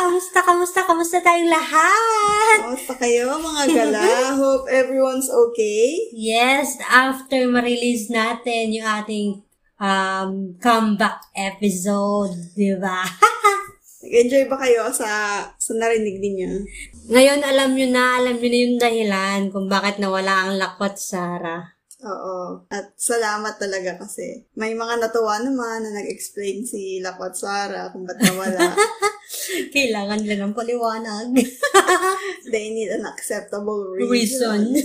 Kamusta, kamusta, kamusta tayong lahat? Kamusta kayo mga gala? Hope everyone's okay. Yes, after ma-release natin yung ating um, comeback episode, di ba? Nag-enjoy ba kayo sa sa narinig ninyo? Ngayon, alam nyo na, alam nyo na yung dahilan kung bakit nawala ang lakwat, Sarah. Oo. At salamat talaga kasi. May mga natuwa naman na nag-explain si Lakwat Sara kung ba't nawala. Kailangan nila ng paliwanag. They need an acceptable Reason. reason.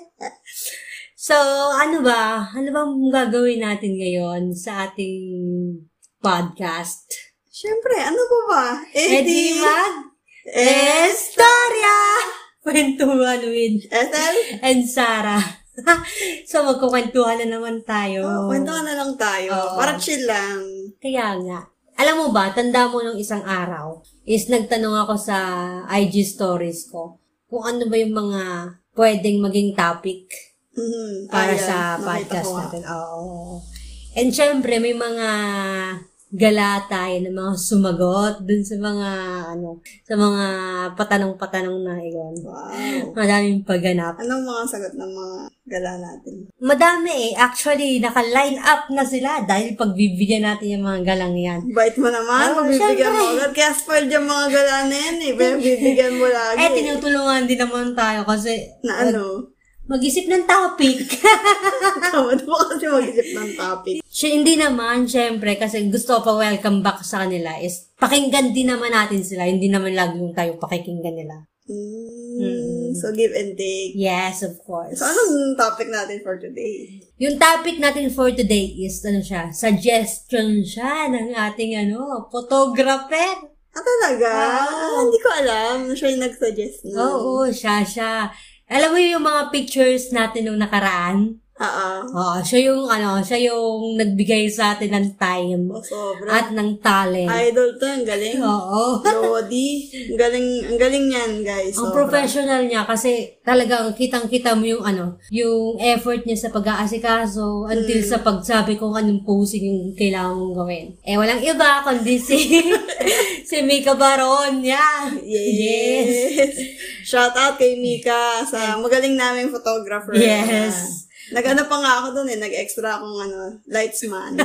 so, ano ba? Ano ba ang gagawin natin ngayon sa ating podcast? Siyempre, ano pa ba? Eh di mag Estorya! Kwentuhan with Ethel? and Sarah. so, magkukwentuhan na naman tayo. Oh, kwentuhan na lang tayo. Oo. Para chill lang. Kaya nga. Alam mo ba, tanda mo nung isang araw, is nagtanong ako sa IG stories ko, kung ano ba yung mga pwedeng maging topic Mhm. para Ayan, sa nakita podcast ko nga. natin. Oo. oo, oo. And syempre, may mga gala tayo ng mga sumagot dun sa mga, ano, sa mga patanong-patanong na iyon. Wow. Madaming pagganap. Anong mga sagot ng mga gala natin? Madami eh. Actually, naka-line up na sila dahil pagbibigyan natin yung mga galang yan. Bait mo naman, Oo, pagbibigyan syempre. mo agad. Kaya spoiled yung mga gala na yan eh. Pero bibigyan mo lagi. Eh, tinutulungan din naman tayo kasi na ano, mag-isip ng topic. tamad mo kasi mag-isip ng topic. Siya, hindi naman, syempre, kasi gusto ko pa welcome back sa kanila is pakinggan din naman natin sila. Hindi naman lagi yung tayo pakikinggan nila. Mm, so give and take. Yes, of course. So anong topic natin for today? Yung topic natin for today is, ano siya, suggestion siya ng ating, ano, photographer. Ah, talaga? Wow. Ah, hindi ko alam. Siya yung nag-suggest nun. Oo, siya, siya. Alam mo yung mga pictures natin nung nakaraan? Oo. Oo, siya yung, ano, siya yung nagbigay sa atin ng time Oh, sobra. at ng talent. Idol to, ang galing. Oo. Lodi. Ang galing, ang galing niyan, guys. Ang Sobra. professional niya kasi talagang kitang-kita mo yung ano, yung effort niya sa pag-aasikaso until sa pagsabi kung anong posing yung kailangan mong gawin. Eh, walang iba kundi si, si Mika Baronia. Yes. Yes. Shout out kay Mika sa magaling naming photographer. Ah. Yes. Nag-ano pa nga ako doon eh, nag-extra akong ano, lights man.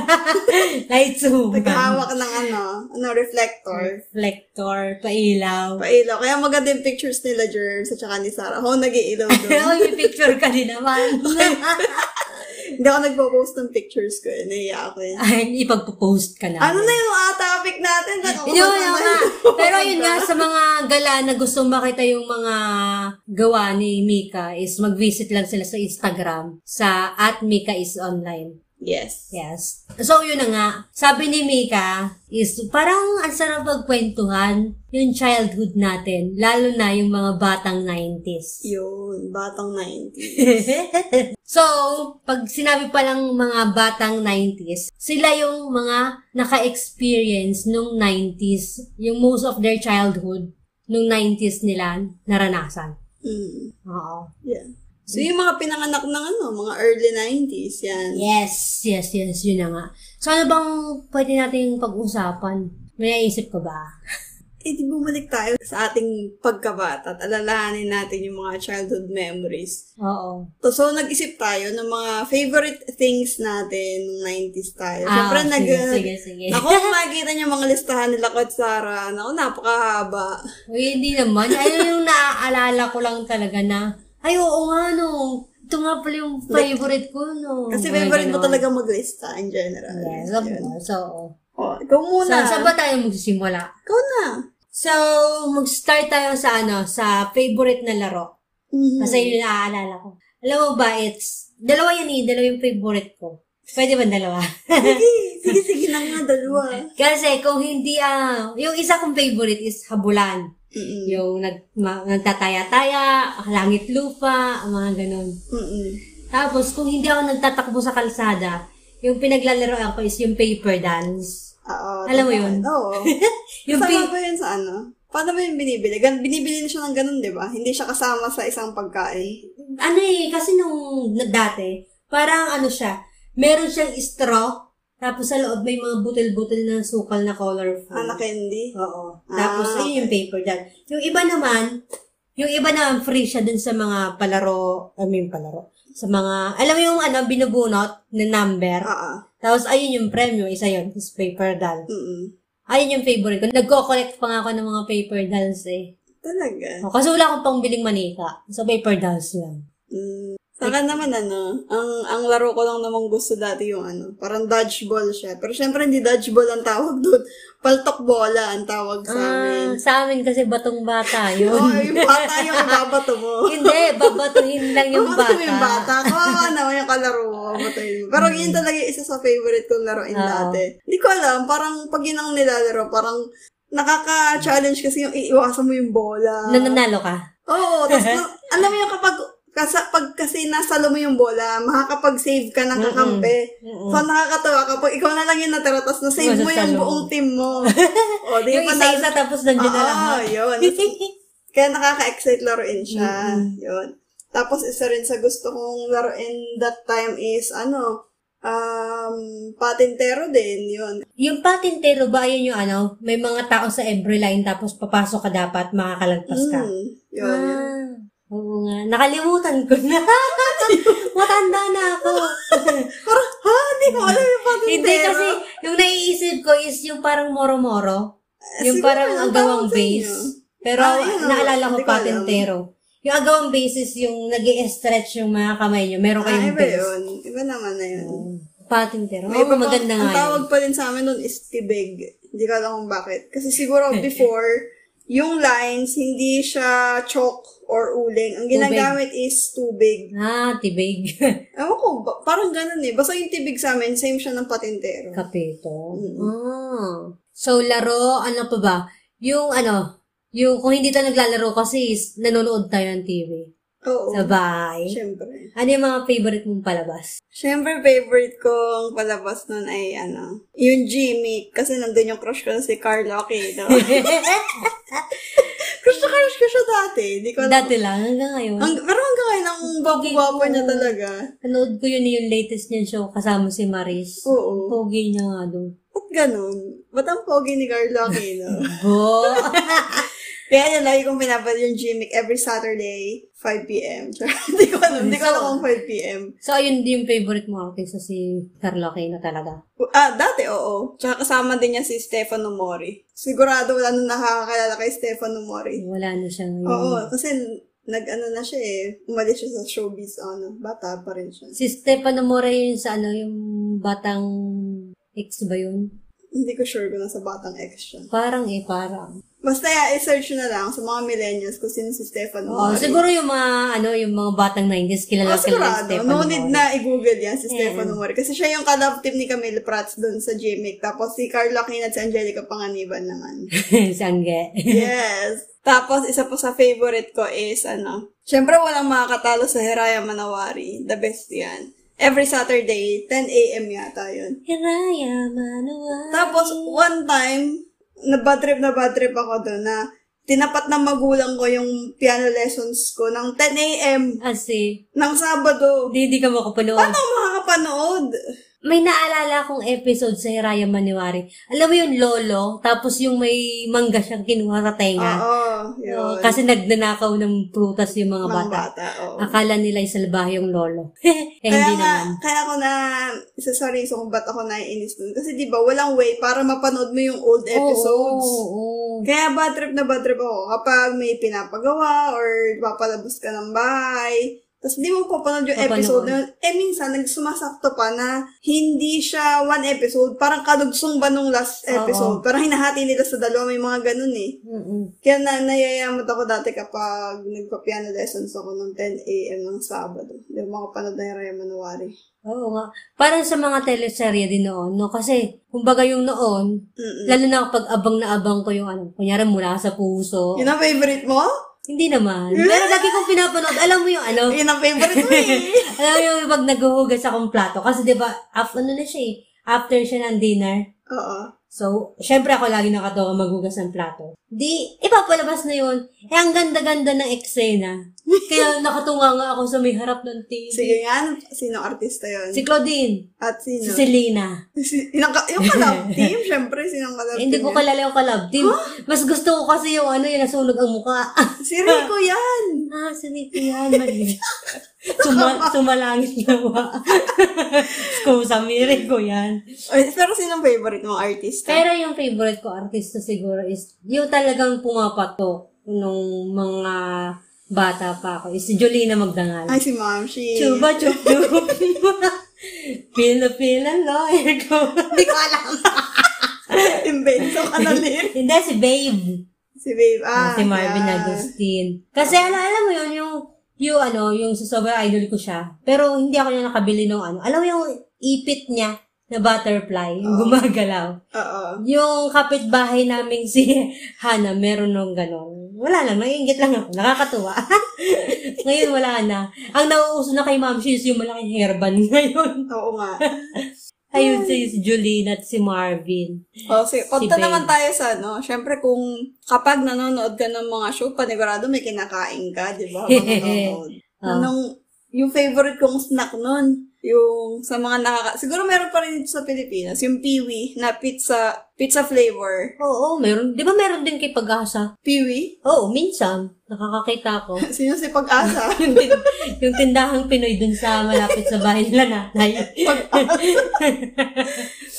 Lights Huma. Naghahawak ng ano, ano, reflector. Reflector, pailaw. Pailaw. Kaya maganda yung pictures nila, Jerms, at saka ni Sarah. Ako nag-iilaw doon. Pero may picture ka din naman. Hindi ako nagpo-post ng pictures ko eh. Naiya ako eh. Ay, ipagpo-post ka na. Ano na yung ah, topic natin? Yun, yun nga. Pero yun nga, sa mga gala na gusto makita yung mga gawa ni Mika is mag-visit lang sila sa Instagram sa at Mika is online. Yes. Yes. So, yun na nga. Sabi ni Mika is parang ang sarap magkwentuhan yung childhood natin, lalo na yung mga batang 90s. Yun, batang 90. so, pag sinabi pa lang mga batang 90s, sila yung mga naka-experience nung 90s, yung most of their childhood nung 90s nila naranasan. Mm. Oo. Yeah. So, yung mga pinanganak ng ano, mga early 90s, yan. Yes, yes, yes, yun na nga. So, ano bang pwede natin pag-usapan? May naisip ka ba? Eh, di bumalik tayo sa ating pagkabata at alalahanin natin yung mga childhood memories. Oo. To, so, nag-isip tayo ng mga favorite things natin nung 90s tayo. Ah, Siyempre, nag... sige, sige, sige. Ako, kung makikita niyo yung mga listahan nila ko at Sarah, naku, napakahaba. Uy, hindi naman. Ayun yung naaalala ko lang talaga na, ay, oo nga, no. Ito nga pala yung favorite ko, no. Kasi Mga favorite mo ganon. talaga maglista in general. Yes, of Yun. course. Oo. Oh, ikaw muna. Sa, saan ba tayo magsisimula? Ikaw na. So, mag-start tayo sa ano, sa favorite na laro. Mhm. Kasi yun yung naaalala ko. Alam mo ba, it's, dalawa yun eh, dalawa yung favorite ko. Pwede ba dalawa? sige, sige, sige na nga, dalawa. Kasi kung hindi, ah, yung isa kong favorite is habulan. Mm-mm. Yung nag, ma, nagtataya-taya, langit lupa, mga ganun. Mm-mm. Tapos, kung hindi ako nagtatakbo sa kalsada, yung pinaglalaroan ko is yung paper dance. Oo. Alam mo tama. yun? Oo. Yung Kasama pa- ba yun sa ano? Paano ba yung binibili? Gan binibili na siya ng ganun, di ba? Hindi siya kasama sa isang pagkain. ano eh, kasi nung dati, parang ano siya, meron siyang straw, Tapos sa loob may mga butil-butil na sukal na colorful. Ah, na candy. Oo. Ah, Tapos, okay. yun yung paper doll. Yung iba naman, yung iba naman free siya dun sa mga palaro, I mean palaro, sa mga, alam mo yung ano, binubunot na number. Oo. Tapos, ayun yung premyo, isa yun, is paper doll. Mm-mm. Ayun yung favorite ko. Nagko-collect pa nga ako ng mga paper dolls eh. Talaga. O, kasi wala akong pangbiling manika. So, paper dolls lang. Mm. Saka naman ano, ang ang laro ko lang namang gusto dati yung ano, parang dodgeball siya. Pero syempre hindi dodgeball ang tawag doon. Paltok bola ang tawag sa amin. Ah, sa amin kasi batong bata yun. Oo, yung bata yung ibabato mo. Hindi, babatuhin lang yung Ibabato mo bata. Mm. yung bata. Kawawa naman yung kalaro mo. babatuhin mo. Pero yun talaga yung isa sa favorite kong laruin Oo. dati. Hindi ko alam, parang pag yun ang nilalaro, parang nakaka-challenge kasi yung iiwasan mo yung bola. Nananalo ka. Oo, tapos na- alam mo yung kapag kasa, pag kasi nasalo mo yung bola, makakapag-save ka ng kakampi. Mm-mm. So, nakakatawa kapag ikaw na lang yung natira, tapos na-save mo yung Masasalo. buong team mo. o, di Yung ba isa-isa tapos nandiyan na lang. Oo, yun. Kaya nakaka-excite laruin siya. Yun. Tapos, isa rin sa gusto kong laruin that time is, ano, um, patintero din, yun. Yung patintero ba, ayun yung ano, may mga tao sa every line tapos papasok ka dapat, makakalagpas ka. Mm, yun. Ah, oo nga. Nakalimutan ko na. Matanda na ako. Parang, ha, hindi mo alam yung patintero. Hindi kasi, yung naiisip ko is yung parang moro-moro. Yung Eh, siguro, parang ang agawang tawag sa base. inyo. Pero Ah, yun, naalala ko hindi ko alam. patintero. Yung agawang base is yung nag stretch yung mga kamay nyo. Meron Ah, kayong iba base. yun. Iba naman na yun. Patintero. May iba Oo, pa- Oh. maganda nga Ang tawag yun. pa rin sa amin nun is tibig. Hindi ko alam kung bakit. Kasi siguro before, yung lines, hindi siya chalk or uling. Ang ginagamit is tubig. Ah, tibig. Ewan ko, ba- parang ganun eh. Basta yung tibig sa amin, same siya ng patintero. Kapito. Mm. Ah. So, laro, ano pa ba? Yung ano, yung kung hindi tayo naglalaro kasi is nanonood tayo ng TV. Oo. Sa bahay. Siyempre. Ano yung mga favorite mong palabas? Siyempre, favorite kong palabas nun ay ano, yung Jimmy. Kasi nandun yung crush ko na si Carlo Aquino. crush na crush ko siya dati. Hindi ko alam Dati lang, hanggang ngayon. Ang, pero hanggang ngayon, ang gwapo-gwapo niya talaga. Nanood ko yun yung latest niyang show kasama si Maris. Oo. Pogi niya nga doon. Ba't ganun? Ba't ang pogi ni Carlo Aquino? Bo! Kaya yun, lagi kong pinapanood yung gimmick every Saturday, 5pm. Hindi ko alam, hindi ko alam kung 5pm. so, ayun din yung favorite mo artista si Carlo Aquino talaga. Ah, dati, oo. Tsaka kasama din niya si Stefano Mori. Sigurado wala nang nakakakilala kay Stefano Mori. Wala na siya ngayon. Oo, kasi nag-ano na siya eh. Umalis siya sa showbiz, ano, bata pa rin siya. Si Stefano More yun sa ano, yung batang ex ba yun? Hindi ko sure kung nasa batang ex siya. Parang eh, parang. Basta yeah, i-search na lang sa mga millennials kung sino si Stefano Oh, Mori. siguro yung mga, ano, yung mga batang 90s, kilala kilala Ah, si sigurado. Stefano No need More. na i-google yan si Mm. Stefano Mori. Kasi siya yung kalab team ni Camille Prats doon sa GMIC. Tapos si Carla King at si Angelica Panganiban naman. si Angge. Yes! Tapos isa pa sa favorite ko is ano, syempre walang makakatalo sa Heraya Manawari. The best yan. Every Saturday, 10 a.m. yata yun. Hiraya Manoa. Tapos one time, na bad trip na bad trip ako doon na tinapat ng magulang ko yung piano lessons ko ng 10 a.m. Kasi, ng Ah, Sabado. hindi, hindi ka makapanood. Paano ako makakapanood? May naalala akong episode sa Hiraya Maniwari. Alam mo yung lolo, tapos yung may mangga siyang kinuha sa tenga. Oo, Ah, yun. kasi nagnanakaw ng prutas yung mga Mga bata. bata, oo. Akala nila isalbahe yung lolo. eh, Kaya hindi nga, naman. kaya ako na, isa sorry so kung ba't ako naiinis dun. Kasi di ba, walang way para mapanood mo yung old episodes. Oo, oo, oo. Kaya bad trip na bad trip ako. Kapag may pinapagawa or papalabas ka ng bahay, tapos hindi mo papanood yung Papanood. episode na yun. Eh, minsan, nagsumasakto pa na hindi siya one episode. Parang kadugsong ba nung last Oo. episode? Parang hinahati nila sa dalawa. May mga ganun eh. Mm-mm. Kaya na, nayayamot ako dati kapag nagpa-piano lessons ako ng 10 a.m. ng Sabado. Hindi ako makapanood ng Raya Manuwari. Oo nga. Parang sa mga teleserye din noon, no? Kasi, kumbaga yung noon, Mm-mm. lalo na kapag abang na abang ko yung ano, kunyari mula sa puso. Yun ang favorite mo? Hindi naman. Pero lagi kong pinapanood, alam mo yung ano, Yun ang favorite mo eh! alam mo yung pag naghuhugas akong plato. Kasi di ba, af- ano na siya eh, after siya ng dinner, Oo. So, syempre ako lagi nakatawa maghugas ng plato. Di, ipapalabas na yun. Eh, ang ganda-ganda ng eksena. Kaya nakatunga nga ako sa may harap ng TV. Sige nga, ano- sino artista yun? Si Claudine. At sino? Si Selena. Si- yung, ka- yung kalab team, syempre, sinong kalab Eh, hindi team ko yan? kalala yung kalab team. Mas gusto ko kasi yung ano, yung nasunog ang mukha. Si Rico yan! ah, sinip yan. Mali. Suma, sumalangit na ba? Kusa, mire ko yan. Ay, pero sinong favorite mong artista? Pero yung favorite ko artista siguro is yung talagang pumapatok nung mga bata pa ako is si Jolina Magdangal. Ay, si Ma'am, she... Chuba chup chup. Pila pila lawyer ko. Hindi ko alam. Invento ka na rin. Hindi, si Babe. Si Babe. Ah, si Marvin yeah. Agustin. Kasi ala, alam mo yun, yung, yung ano, yung sa sobrang idol ko siya. Pero hindi ako niya nakabili ng ano. Alam mo yung ipit niya na butterfly, yung Oo. gumagalaw. Oo. Yung kapitbahay naming si Hana, meron nung gano'n. Wala lang, naiingit lang ako. Nakakatuwa. ngayon, wala na. Ang nauuso na kay Ma'am Shiz, yung malaking hairband ngayon. Oo nga. Ayun, si, si Jolene at si Marvin. O, si, Oh, punta Babe. naman tayo sa, no? Siyempre, kung kapag nanonood ka ng mga show, panigurado may kinakain ka, di ba? habang Nanonood. Ah. Anong, yung favorite kong snack nun, yung sa mga nakaka... Siguro meron pa rin dito sa Pilipinas, yung piwi na pizza, pizza flavor. Oo, meron. Di ba meron din kay Pag-asa? Piwi? Oo, minsan. Nakakakita ko. Sino si Pag-asa? yung, tin- yung tindahang Pinoy dun sa malapit sa bahay nila nanay.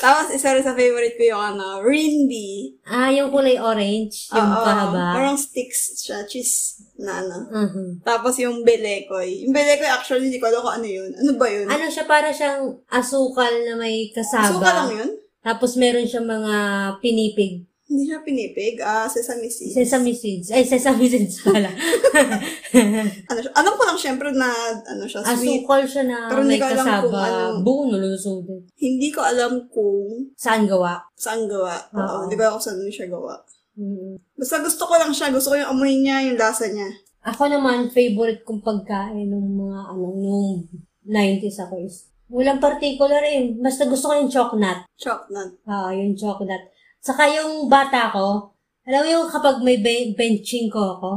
Tapos, isa rin sa favorite ko yung ano, Rinby. Ah, yung kulay orange, yung Oo, pahaba. Parang sticks siya, cheese na ano. Mhm. Tapos yung belekoy. Yung belekoy actually, hindi ko alam kung ano yun. Ano ba yun? Ano siya, para siyang asukal na may kasaba. Suka lang yun? Tapos meron siya mga pinipig. Hindi siya pinipig. Ah, sesame seeds. Sesame seeds. Ay, sesame seeds pala. ano siya? Alam ko lang syempre na ano siya, sweet. asukal Ah, siya na Pero hindi may ko alam kasaba. kung ano. Buo nulusubin. Hindi ko alam kung Saan gawa? saan gawa. Oo, Oo. hindi ko alam kung saan siya gawa. Mm. Basta gusto ko lang siya. Gusto ko yung amoy niya, yung lasa niya. Ako naman, favorite kong pagkain ng mga, ano, nung 90s ako is, walang particular eh. Basta gusto ko yung choknat. Chocolate. Oo, yung chocolate. Saka yung bata ko, alam mo yung kapag may be- benching ko ako,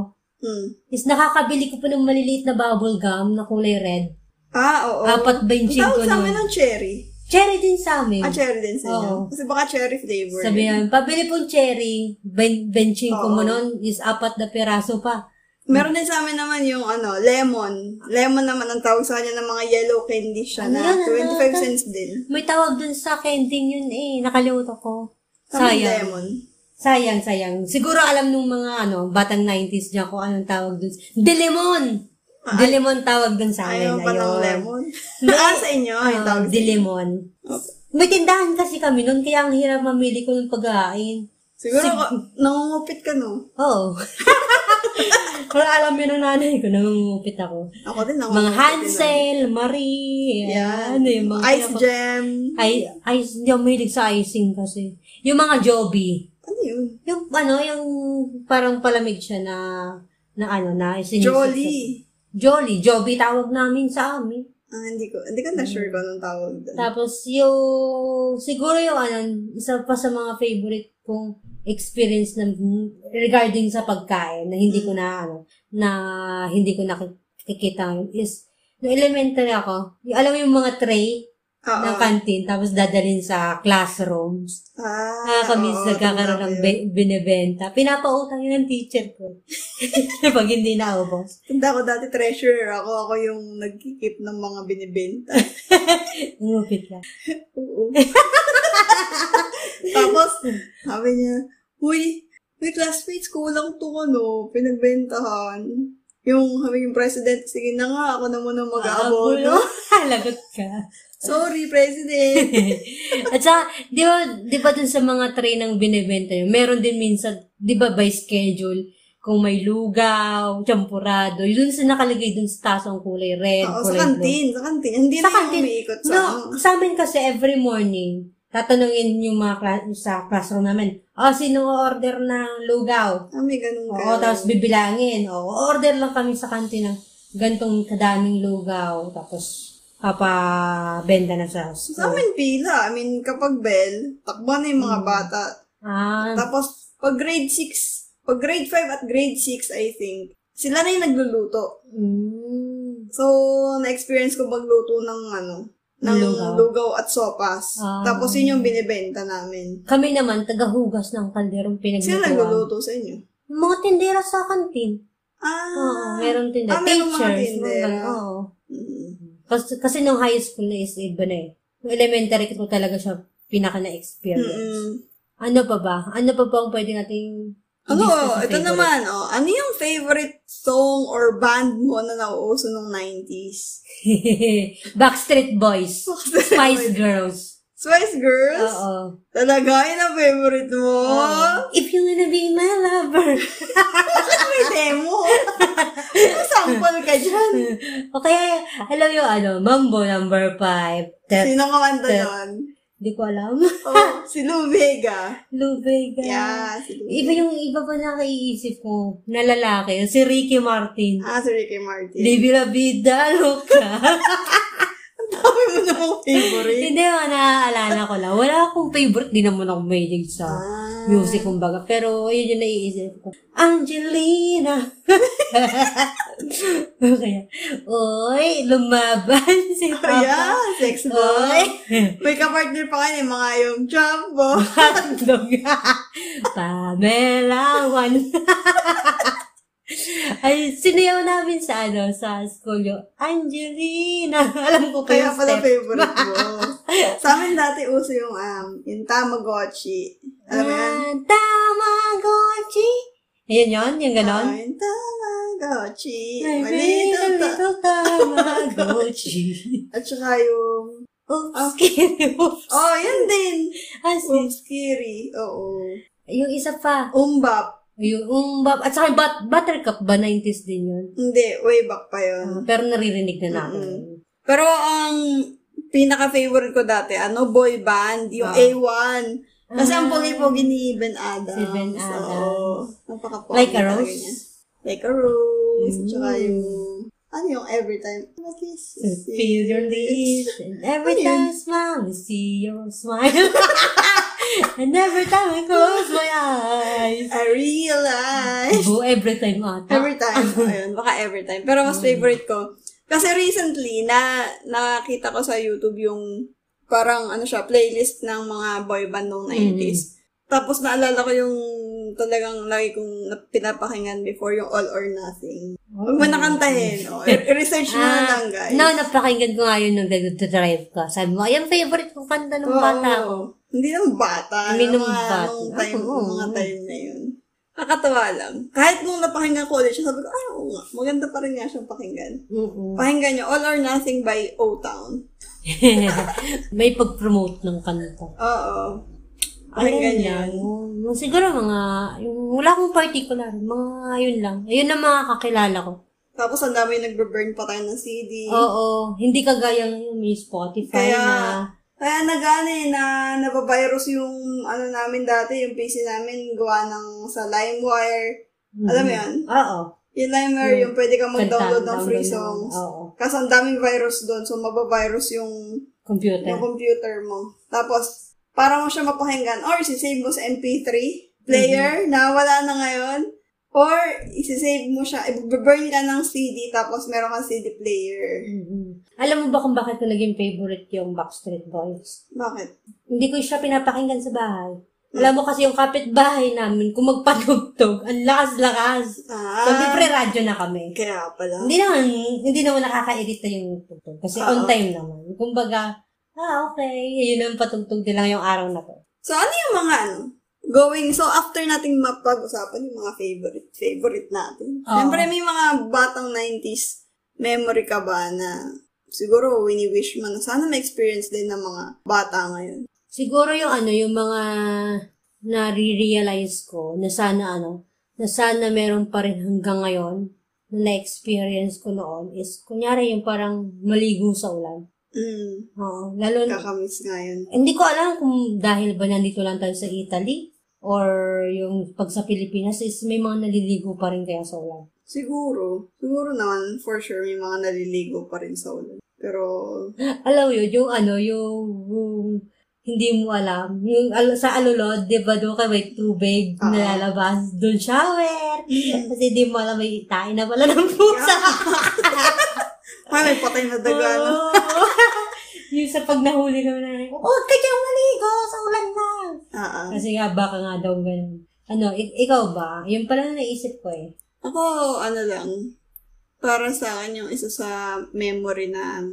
Hmm. is nakakabili ko pa ng maliliit na bubble gum na kulay red. Ah, oo. Apat benching ko Tawag sa amin nun. ng cherry. Cherry din sa amin. Ah, cherry din sa inyo. Oo. Kasi baka cherry flavor. Sabi yan, pabili pong cherry, ben- benching ko mo Oo. nun is apat na piraso pa. Meron din sa amin naman yung ano, lemon. Lemon naman ang tawag sa kanya ng mga yellow candy siya Ano na yun, ano? 25 cents din. May tawag dun sa candy yun eh, nakalimutan ko. Tama Sayang. lemon. Sayang, sayang. Siguro alam nung mga ano, batang 90s niya kung anong tawag dun. Dilemon! Dilemon tawag dun sa amin. Ayaw pa ng Ayun. lemon. ah, sa inyo. Ay, Ah, tawag. dilemon. May tindahan kasi kami noon, kaya ang hirap mamili ko ng pagkain. Siguro, ka- nangungupit ka, no? Oo. Pero alam yun ng nanay ko, nangungupit ako. Ako din, Mga nangungupit. Hansel, Marie, yan, Yan. yung mga Ice gem. Ay, ice, hindi ako mahilig sa icing kasi. Yung mga Joby. Ano yun? Yung ano, yung parang palamig siya na, na ano, na isinisip. Jolly. Jolly. Joby tawag namin sa amin. Ah, hindi ko, hindi ko na sure kung anong tawag doon. Tapos yung, siguro yung ano, isa pa sa mga favorite kong experience ng, regarding sa pagkain na hindi ko na, ano, na hindi ko nakikita ngayon is, no elementary ako, yung, alam mo yung mga tray Oo. ng canteen tapos dadalhin sa classrooms. Ah, Nakakamiss oo, nagkakaroon tama ng yun. be- binibenta. Pinapautang yun ng teacher ko. Pag hindi naubos. Tanda ko dati treasurer ako. Ako yung nagkikip ng mga binibenta. Ngupit ka. Oo. Tapos, sabi niya, Uy, may classmates ko, walang to ano, pinagbentahan. Yung, sabi yung president, sige na nga, ako na muna mag-aabono. Ah, Lagot ka. Sorry, president. At sa, di ba, di ba dun sa mga train ang binibenta nyo, meron din minsan, di ba by schedule, kung may lugaw, champurado, yun sa nakalagay dun sa tasong kulay red, Oo, kulay sa blue. kantin, sa kantin. Hindi Sa na yung kantin. umiikot sa... ano. No, sa amin kasi every morning, tatanungin yung mga kla- sa classroom namin, oh, sino order ng lugaw? Ah, may ganun ka. Oo, tapos bibilangin. Oo, order lang kami sa kantin ng gantong kadaming lugaw. Tapos, papabenta na sa Sa school. amin pila. I mean, kapag bell, takbo na yung mga Hmm. bata. Ah, Tapos, pag grade 6, pag grade 5 at grade 6, I think, sila na yung nagluluto. mm, So, na-experience ko magluto ng ano, ng Lugaw. lugaw, at sopas. Ah. Tapos, yun yung binibenta namin. kami naman, tagahugas ng kalderong Sino pinaglulutuan. nagluluto sa inyo? Mga tindera sa kantin. Ah, Oo, meron tindera. Ah, meron mga Teachers. tindera. mga ganun, Oo. Mm. Kasi, kasi nung high school na is iba na eh. Nung elementary ko talaga siya pinaka na-experience. Mm-mm. Ano pa ba? Ano pa ba ang pwede nating Ano, i-discuss sa ito favorite? naman, oh, ano yung favorite song or band mo na nauuso nung 90s? Backstreet Boys. Spice Girls. Spice Girls? Oh. Oo. Talaga, yun ang favorite mo? If you wanna be my lover. Bakit may demo? May sample ka dyan. o kaya, alam yung ano, Mambo number 5. That, Sino kumanta Step. nun? di ko alam. Oh, si Lou Vega. Lou Vega. Yeah, si Lou Iba yung iba pa nakaiisip ko na lalaki. Si Ricky Martin. Ah, si Ricky Martin. Libi la vida, loka. Dami mo namang favorite. Hindi, mga naaalala ko lang. Wala akong favorite. Di naman ako mahilig sa Ah. music, kumbaga. Pero, yun yung naiisip ko. Angelina! okay. Oy, lumaban si Oh, yeah, Papa. sex Oy! bomb. May kapartner pa kayo, mga yung jumbo. Handog. Pamela Juan. Ay, sinayaw namin sa ano, sa school yung Angelina. Alam ko pa Kaya yung pala step. favorite mo. Sa amin dati uso yung, um, yung Tamagotchi. Alam mo yan? Ah, Tamagotchi. Ayun yun, yung ganon. Ah, yung Tamagotchi. My Malito little, ta. little Tamagotchi. At saka yung... Oops, kidding. Oops. Oh, yan din. As in, Oops, Kiri. Oo. yung isa pa. Umbap. Yung umbap. At saka bat, buttercup ba? 90s din yun. Hindi, way back pa yun. Pero naririnig na natin. Ah. Pero ang pinaka-favorite ko dati, ano, boy band, yung Ah. A1. Kasi Ah. ang pogi-pogi ni Ben Adams. Si Ben Oo. Adams. Napaka-pogi Like a talaga rose? niya. Like a rose. Mm. Tsaka yung, ano yung every time? Like his, Feel your lips and every Ano yun? time I smile, I see your smile. and every time I close my eyes. I realize. Go every time ata. Every time. Ayun, baka every time. Pero mas favorite ko. Kasi recently, na nakakita ko sa YouTube yung parang ano siya, playlist ng mga boy band noong 90s. Tapos naalala ko yung talagang lagi kong na- pinapakinggan before yung All or Nothing. Huwag mo nakantahin. Oh, I- research mo Ah, na lang, guys. No, napakinggan ko nga yun nung nag-drive ka. Sabi mo, ayan favorite kong kanta ng Oo. bata ko. Hindi ng bata. Hindi Hindi ng bata. Nung time, Oo. nung mga time na yun. Nakakatawa lang. Kahit nung napakinggan ko ulit siya, sabi ko, ah, oo nga. Maganda pa rin nga siyang pakinggan. Oo. Pakinggan niyo, All or Nothing by O-Town. May pag-promote ng kanta. Oo. Ayun Pakinggan niyo. lang. Yung Siguro mga, yung, wala akong particular. Mga yun lang. Ayun ang mga kakilala ko. Tapos ang dami nagbe-burn pa tayo ng CD. Oo, hindi kagaya ng may Spotify Kaya- na Kaya nagano eh, na nabavirus yung ano namin dati, yung PC namin gawa ng sa LimeWire. Alam mo Mm. yan? Oo. Yung LimeWire, yung pwede ka mag-download ng Kanta- free Mm. download ng- songs. Oo. Kasi ang daming virus doon, so mabavirus yung, Computer. yung computer mo. Tapos, para mo siya mapakinggan, or sisave mo sa MP3 player na wala na ngayon, or isisave mo siya, i-burn ka ng CD, tapos meron kang CD player. Mhm. Alam mo ba kung bakit ko naging favorite yung Backstreet Boys? Bakit? Hindi ko siya pinapakinggan sa bahay. Alam mo kasi yung kapitbahay namin, kung magpatugtog, ang lakas-lakas. Ah, So, libre radyo na kami. kaya pala. Hindi naman, hindi naman nakakairita yung tugtog. Kasi Oo. on time naman. Kumbaga, ah, okay. Yun ang patugtog nila yung araw na to. So, ano yung mga ano? Going, so after nating mapag-usapan yung mga favorite, favorite natin. Oo. Siyempre, may mga batang 90s memory ka ba na siguro wini-wish mo na sana ma-experience din ng mga bata ngayon. Siguro yung ano, yung mga nare-realize ko na sana ano, na sana meron pa rin hanggang ngayon na na-experience ko noon is, kunyari yung parang maligo sa ulan. Mm, Oo. Lalo na, kakamiss nga yun. hindi ko alam kung dahil ba nandito lang tayo sa Italy or yung pag sa Pilipinas is may mga naliligo pa rin kaya sa ulan. Siguro, siguro naman, for sure, may mga naliligo pa rin sa ulan. Pero, Alam mo yun, yung ano, yung, yung hindi mo alam. Yung al- sa alulod, di ba doon ka may tubig Oo. na lalabas? Doon shower. Kasi di mo alam may itain na pala ng pusa. ay, may patay na daga, Diba, no? Oo. yung sa pag nahuli naman na, "Oh, huwag ka dyan maligo sa ulan na. Oo. Kasi nga, baka nga daw ganun. Ano, ik- ikaw ba? Yun pala na naisip ko eh. Ako, ano lang, para sa akin yung isa sa memory na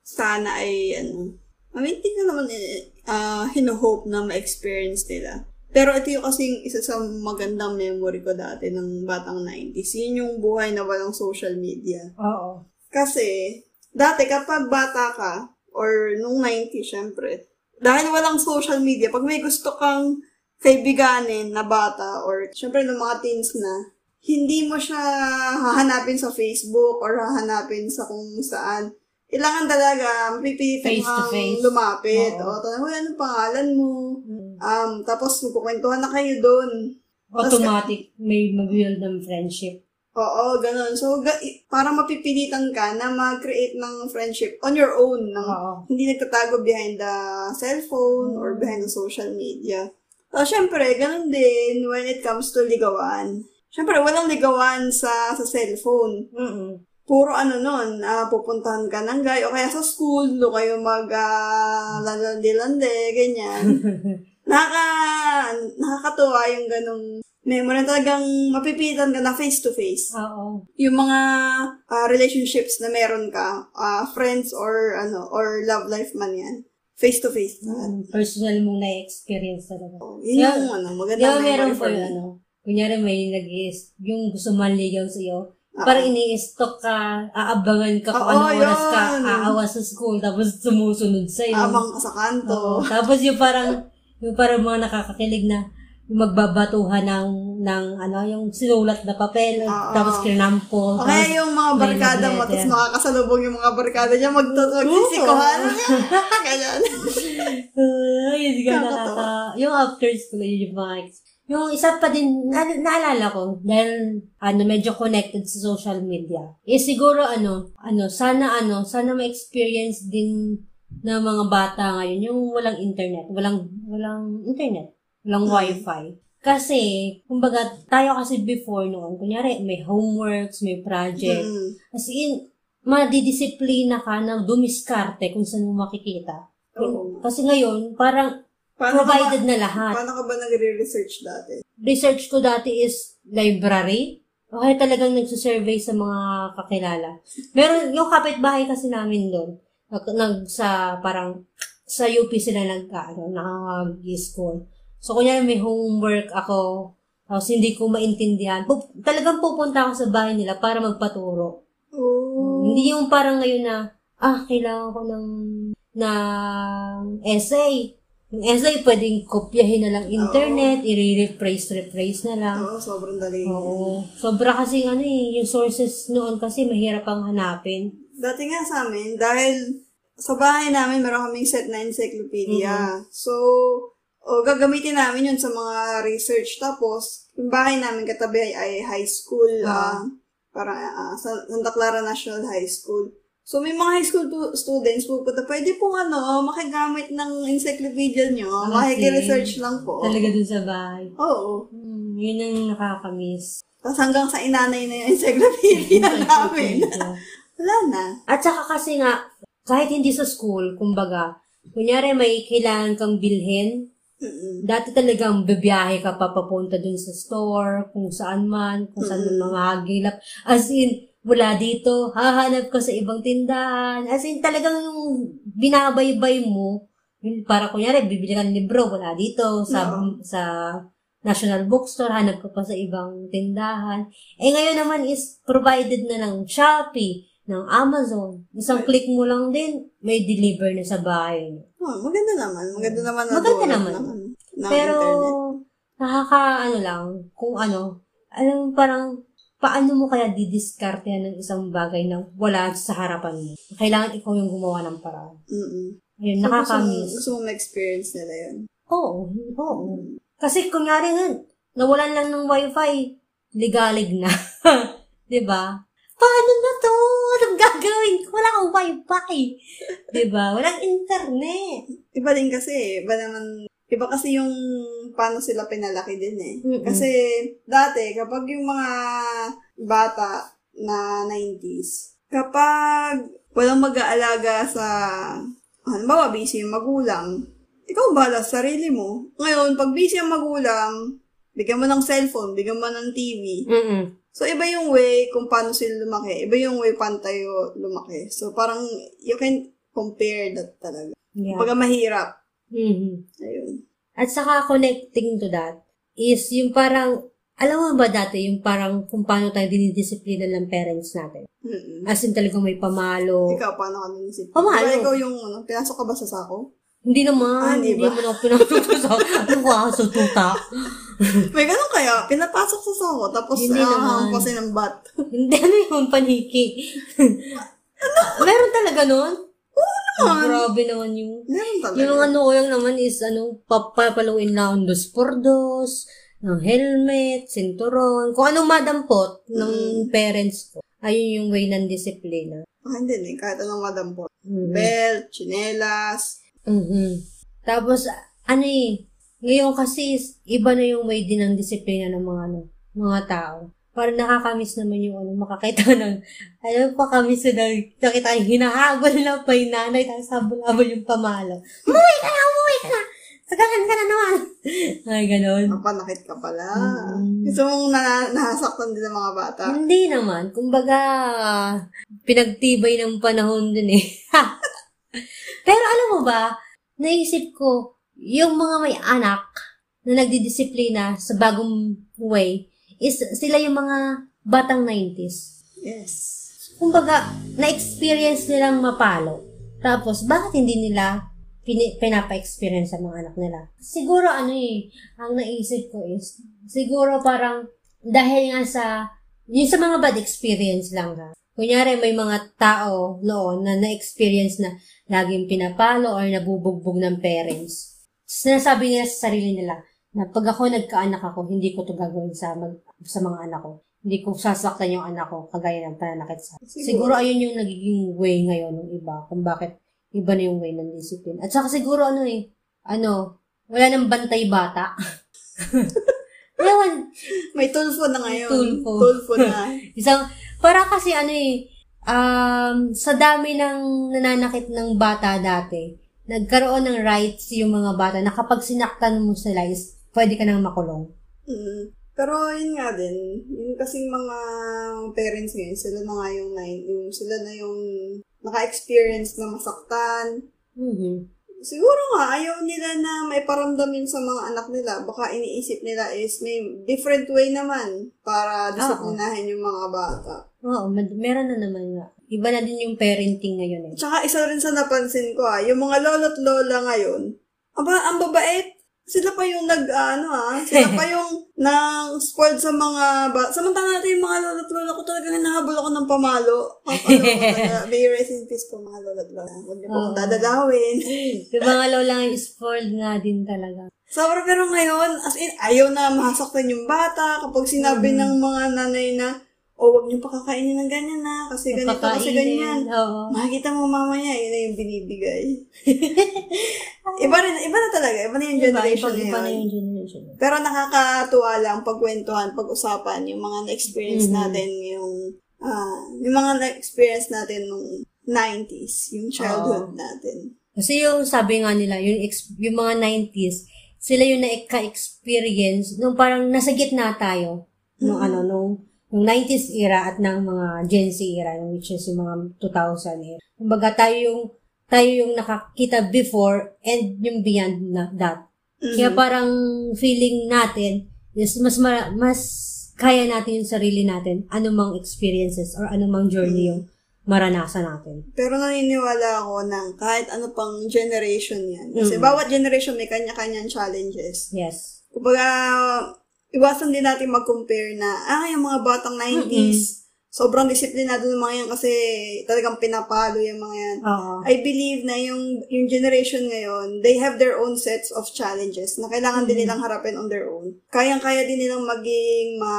sana ay, ano, I mean, hindi ko naman eh, ah, hinuhope na ma-experience nila. Pero ito yung kasing isa sa magandang memory ko dati ng batang 90s. Yun yung buhay na walang social media. Oo. Kasi, dati kapag bata ka, or nung 90, syempre, dahil walang social media, pag may gusto kang kaibiganin na bata, or syempre nung mga teens na, hindi mo siya hahanapin sa Facebook or hahanapin sa kung saan. Ilangan talaga, mapipilitin Face to kang face. lumapit. Oo. O, tanong, "Uy, anong pangalan mo? Mm. Um, tapos, magkukwentuhan na kayo doon. Automatic, may mag-build ng friendship. Oo, ganun. So, ga- i- parang mapipilitan ka na mag-create ng friendship on your own. Ng, Oo. Hindi nagtatago behind the cellphone or behind the social media. So, syempre, ganun din when it comes to ligawan. Syempre, walang ligawan sa, sa cellphone. Mm-mm. Puro ano nun, ah, pupuntahan ka ng guy o kaya sa school, do kayo mag ah, lalandi-landi, ganyan. Nakaka, nakakatuwa yung ganung memory na talagang mapipilitan ka na face-to-face Oo. yung mga ah, relationships na meron ka, ah, friends or ano or love life man yan, face to face na. Mm, personal mong na-experience talaga. Oh, yun Yeah. yung ano, maganda Yung meron memory po for yung me. ano, kunyari may nag yung gusto manligaw sa iyo, Oo. Ah, parang ini-stalk ka, aabangan ka kung Oo, anong oras ka, yun. aawa sa school, tapos sumusunod sa iyo. Abang ka Ah, sa kanto. Tapos yung parang, yung parang mga nakakakilig na, yung magbabatuhan ng, ng ano, yung sinulat na papel, Oo. tapos kinampol. O kaya yung mga may barkada mo, libreta. tapos makakasalubong yung mga barkada niya, magtutugsisikohan. Ganyan. Ay, hindi ka Nakakatawa. nakaka... Yung after school, yun yung mga... ex- Yung isa pa din, na, naalala ko, dahil ano, medyo connected sa social media, eh siguro ano, ano, sana ano, sana ma-experience din ng mga bata ngayon, yung walang internet, walang, walang internet, walang Mm. wifi. Kasi, kumbaga, tayo kasi before noon, kunyari, may homeworks, may project, Mm. As in, madidisiplina ka na dumiskarte kung saan mo makikita. Oo. Kasi ngayon, parang Paano ka ba, provided na lahat. paano ka ba nagre-research dati? Research ko dati is library. O kaya talagang nagsusurvey sa mga kakilala. Meron, yung kapitbahay kasi namin doon, nag, nag- sa parang, sa UP sila nag, ano, nakag-school. So, kunyari may homework ako, tapos hindi ko maintindihan. Pup- talagang pupunta ako sa bahay nila para magpaturo. Oo. Hindi yung parang ngayon na, ah, kailangan ko ng, ng essay. Yung essay, pwedeng kopyahin na lang internet, i-rephrase, rephrase na lang. Oo, sobrang dali. Oo. Sobra kasi ano eh, yung sources noon kasi mahirap ang hanapin. Dati nga sa amin, dahil sa bahay namin meron kaming set na encyclopedia. Mm-hmm. So, o gagamitin namin yun sa mga research. Tapos, yung bahay namin katabi ay high school. ah, parang ah, San- Santa Clara National High School. So, may mga high school tu- students pupunta, pwede pong ano, makigamit ng encyclopedia nyo. Ah, Makikiresearch lang po. Talaga dun sa bahay. Oo. Hmm, yun ang nakakamiss. Tapos hanggang sa inanay na yung encyclopedia namin. Wala na. At saka kasi nga, kahit hindi sa school, kumbaga, kunyari may kailangan kang bilhin, Mm-mm. dati talagang bibiyahe ka pa papunta dun sa store, kung saan man, kung saan man mamahagilap. As in, wala dito, hahanap ka sa ibang tindahan. As in, talagang yung binabaybay mo, yun, para kunyari, bibili ka ng libro, wala dito, sa, sa National Bookstore, hanap ka pa sa ibang tindahan. Eh ngayon naman is provided na ng Shopee, ng Amazon. Isang click mo lang din, may deliver na sa bahay mo. Oh, maganda naman. Maganda naman na Maganda dulot naman. ng Pero, internet. nakaka, ano lang, kung ano, alam mo, parang, paano mo kaya didiskarte yan ng isang bagay na wala sa harapan mo? Kailangan ikaw yung gumawa ng paraan. Mm-mm. Ayun, So, gusto mo, nakakamiss. gusto mo ma-experience nila yun. Mm. Oo, oo. Kasi, kunyari nga, nawalan lang ng wifi, ligalig Diba? na. 'Di ba? Paano na to? Ano anong gagawin ko? Wala akong wifi. Diba? Walang internet. Iba din kasi, iba naman, iba kasi yung paano sila pinalaki din eh. Mm-mm. Kasi dati, kapag yung mga bata na 90s, kapag walang mag-aalaga sa, halimbawa, busy yung magulang, ikaw ang bahala sa sarili mo. Ngayon, pag busy ang magulang, bigyan mo ng cellphone, bigyan mo ng TV. Mm-mm. So, iba yung way kung paano sila lumaki. Iba yung way paano tayo lumaki. So, parang you can compare that talaga. Yeah. Pagka mahirap, Mhm. Ayun. At saka connecting to that is yung parang, alam mo ba dati yung parang kung paano tayo dinidisiplina ng parents natin? Mm-mm. As in talagang may pamalo. Ikaw, paano ka nanisip? Oh, mahalo. Diba ikaw yung, ano, pinasok ka ba sa sako? Hindi naman. Ah, hindi di ba? mo na ako pinapasok sa Mukha ka sa tuta. May ganun kaya, pinapasok sa sako, tapos ah, Hindi naman. ahampas ng bat. Hindi, ano yung paniki? Meron talaga nun? Oo naman. Grabe naman yung... Meron talaga. Yung ano ko lang naman is, ano, papapaluin lang ang dos por dos, ng helmet, sinturon, kung anong madampot ng parents ko. Ayun yung way ng disiplina. Ah, hindi na, eh, kahit anong madampot. Mhm. Belt, chinelas. Mhm. Tapos, ano eh, ngayon kasi is- iba na yung way din ng disiplina ng mga ano, mga tao. Parang nakakamiss naman yung ano, makakita ng, alam pa kami sa nakita yung hinahabol na pa yung nanay, tapos habol-habol yung pamalo. Umuwi ka na, umuwi ka na! Sagalan ka na naman! Ay, ganon. Napanakit ka pala. Mm. Gusto mong na- nahasaktan din ng mga bata. Hindi naman. Kumbaga, pinagtibay ng panahon dun eh. Pero alam mo ba, naisip ko, yung mga may anak na nagdidisiplina sa bagong way, is sila yung mga batang 90s. Yes. Kumbaga, na-experience nilang mapalo. Tapos, bakit hindi nila pini- pinapa-experience sa mga anak nila? Siguro ano eh, ang naisip ko is, siguro parang dahil nga sa, yun sa mga bad experience lang ha. Kunyari, may mga tao noon na na-experience na laging pinapalo or nabubugbog ng parents. Sinasabi nila sa sarili nila na pag ako nagkaanak ako, hindi ko to gagawin sa, mag, sa mga anak ko. Hindi ko sasaktan yung anak ko, kagaya ng pananakit sa Siguro ayun yung nagiging way ngayon ng iba kung bakit iba na yung way ng discipline. At saka siguro ano eh, ano, wala nang bantay bata. Ewan, May tulfo na ngayon. Tulfo. Tulfo na. isang, para kasi ano eh, um, sa dami ng nananakit ng bata dati, nagkaroon ng rights yung mga bata na kapag sinaktan mo sila is pwede ka nang makulong. Mm. Pero yun nga din, yun kasing mga parents ngayon, sila na nga yung, nai- yung sila na yung naka-experience na masaktan. Mhm. Mm-hmm. Siguro nga, ayaw nila na may paramdamin sa mga anak nila. Baka iniisip nila is may different way naman para disiplinahin yung mga bata. Oo, mad- meron na naman nga. Iba na din yung parenting ngayon eh. Tsaka isa rin sa napansin ko ah, yung mga lolo't lola ngayon, aba, ang babait. Sila pa yung nag, ah, ano ah, sila pa yung nang spoiled sa mga, ba- samantala natin yung mga lolo't lola ko talaga hinahabol ako ng pamalo. Ang ano, talaga, may rest in peace po mga lolo't lola. Huwag niyo po akong Oo. dadalawin. Yung mga lola ngayon, spoiled nga din talaga. Sobra pero ngayon, as in, ayaw na masaktan yung bata kapag sinabi ng mga nanay na, oh, huwag niyo pakakainin ng ganyan na, kasi ganito, kasi Papakainin. ganyan. Oo. Makikita mo mamaya, yun na yung binibigay. iba rin, iba na talaga. Iba na yung Iba, generation iba- iba na ngayon. yung generation. Pero nakakatuwa lang pagkwentuhan, pag-usapan, yung mga na-experience Mhm. natin, yung, ah, yung mga na-experience natin nung 90s, yung childhood natin. Kasi yung sabi nga nila, yung, ex- yung mga 90s, sila yung naika-experience nung parang nasa gitna tayo nung ano, nung, nung 90s era at ng mga Gen Z era, yung which is yung mga 2000 era. Kumbaga tayo yung, tayo yung nakakita before and yung beyond na that. Mhm. Kaya parang feeling natin, is mas mara- mas kaya natin yung sarili natin, anumang experiences or anumang journey yung maranasan natin. Pero naniniwala ako ng kahit ano pang generation yan. Kasi Mhm. bawat generation may kanya-kanyang challenges. Yes. Kumbaga, iwasan din natin mag-compare na, ah, yung mga batang 90s, sobrang disiplinado ng mga yan kasi talagang pinapalo yung mga yan. Oo. I believe na yung, yung generation ngayon, they have their own sets of challenges na kailangan din nilang harapin on their own. Kayang-kaya din nilang maging ma,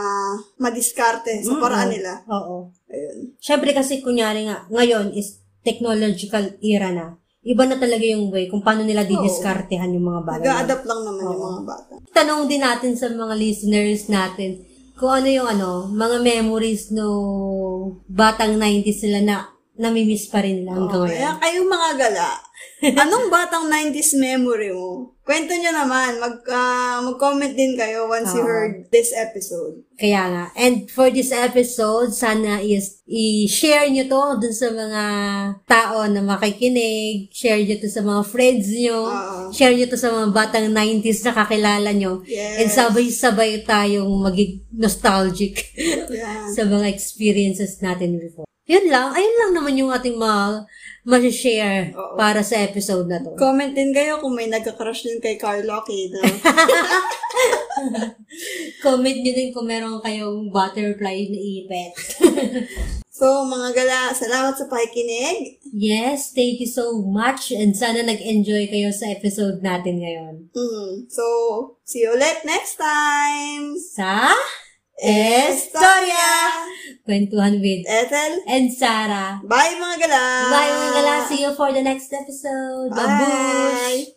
madiskarte sa paraan nila. Oo. Ayun. yun. Siyempre kasi kunyari nga, ngayon is technological era na. Iba na talaga yung way kung paano nila didiskartehan yung mga bagay. Nag-a-adapt lang naman yung mga bata. Tanong din natin sa mga listeners natin kung ano yung ano, mga memories no batang 90s sila na namimiss pa rin nila hanggang ngayon. Kaya kayong mga gala, anong batang 90s memory mo? Kwento nyo naman. Mag, ah, mag-comment din kayo once you Oo. heard this episode. Kaya nga. And for this episode, sana is i-share nyo to dun sa mga tao na makikinig. Share nyo to sa mga friends nyo. Oo. Share nyo to sa mga batang 90s na kakilala nyo. Yes. And sabay-sabay tayong magig nostalgic Yeah. sa mga experiences natin before. Yun lang. Ayun lang naman yung ating ma ma-share Oo. para sa episode na to. Comment din kayo kung may nagka-crush din kay Carlo Aquino. Comment nyo din kung meron kayong butterfly na ipet. so, mga gala, salamat sa pakikinig. Yes, thank you so much and sana nag-enjoy kayo sa episode natin ngayon. Mm. So, see you ulit next time! Sa Estoria! Kwentuhan with Ethel, and Sarah. bye mga gala! Bye mga gala. See you for the next episode. Babush! Bye!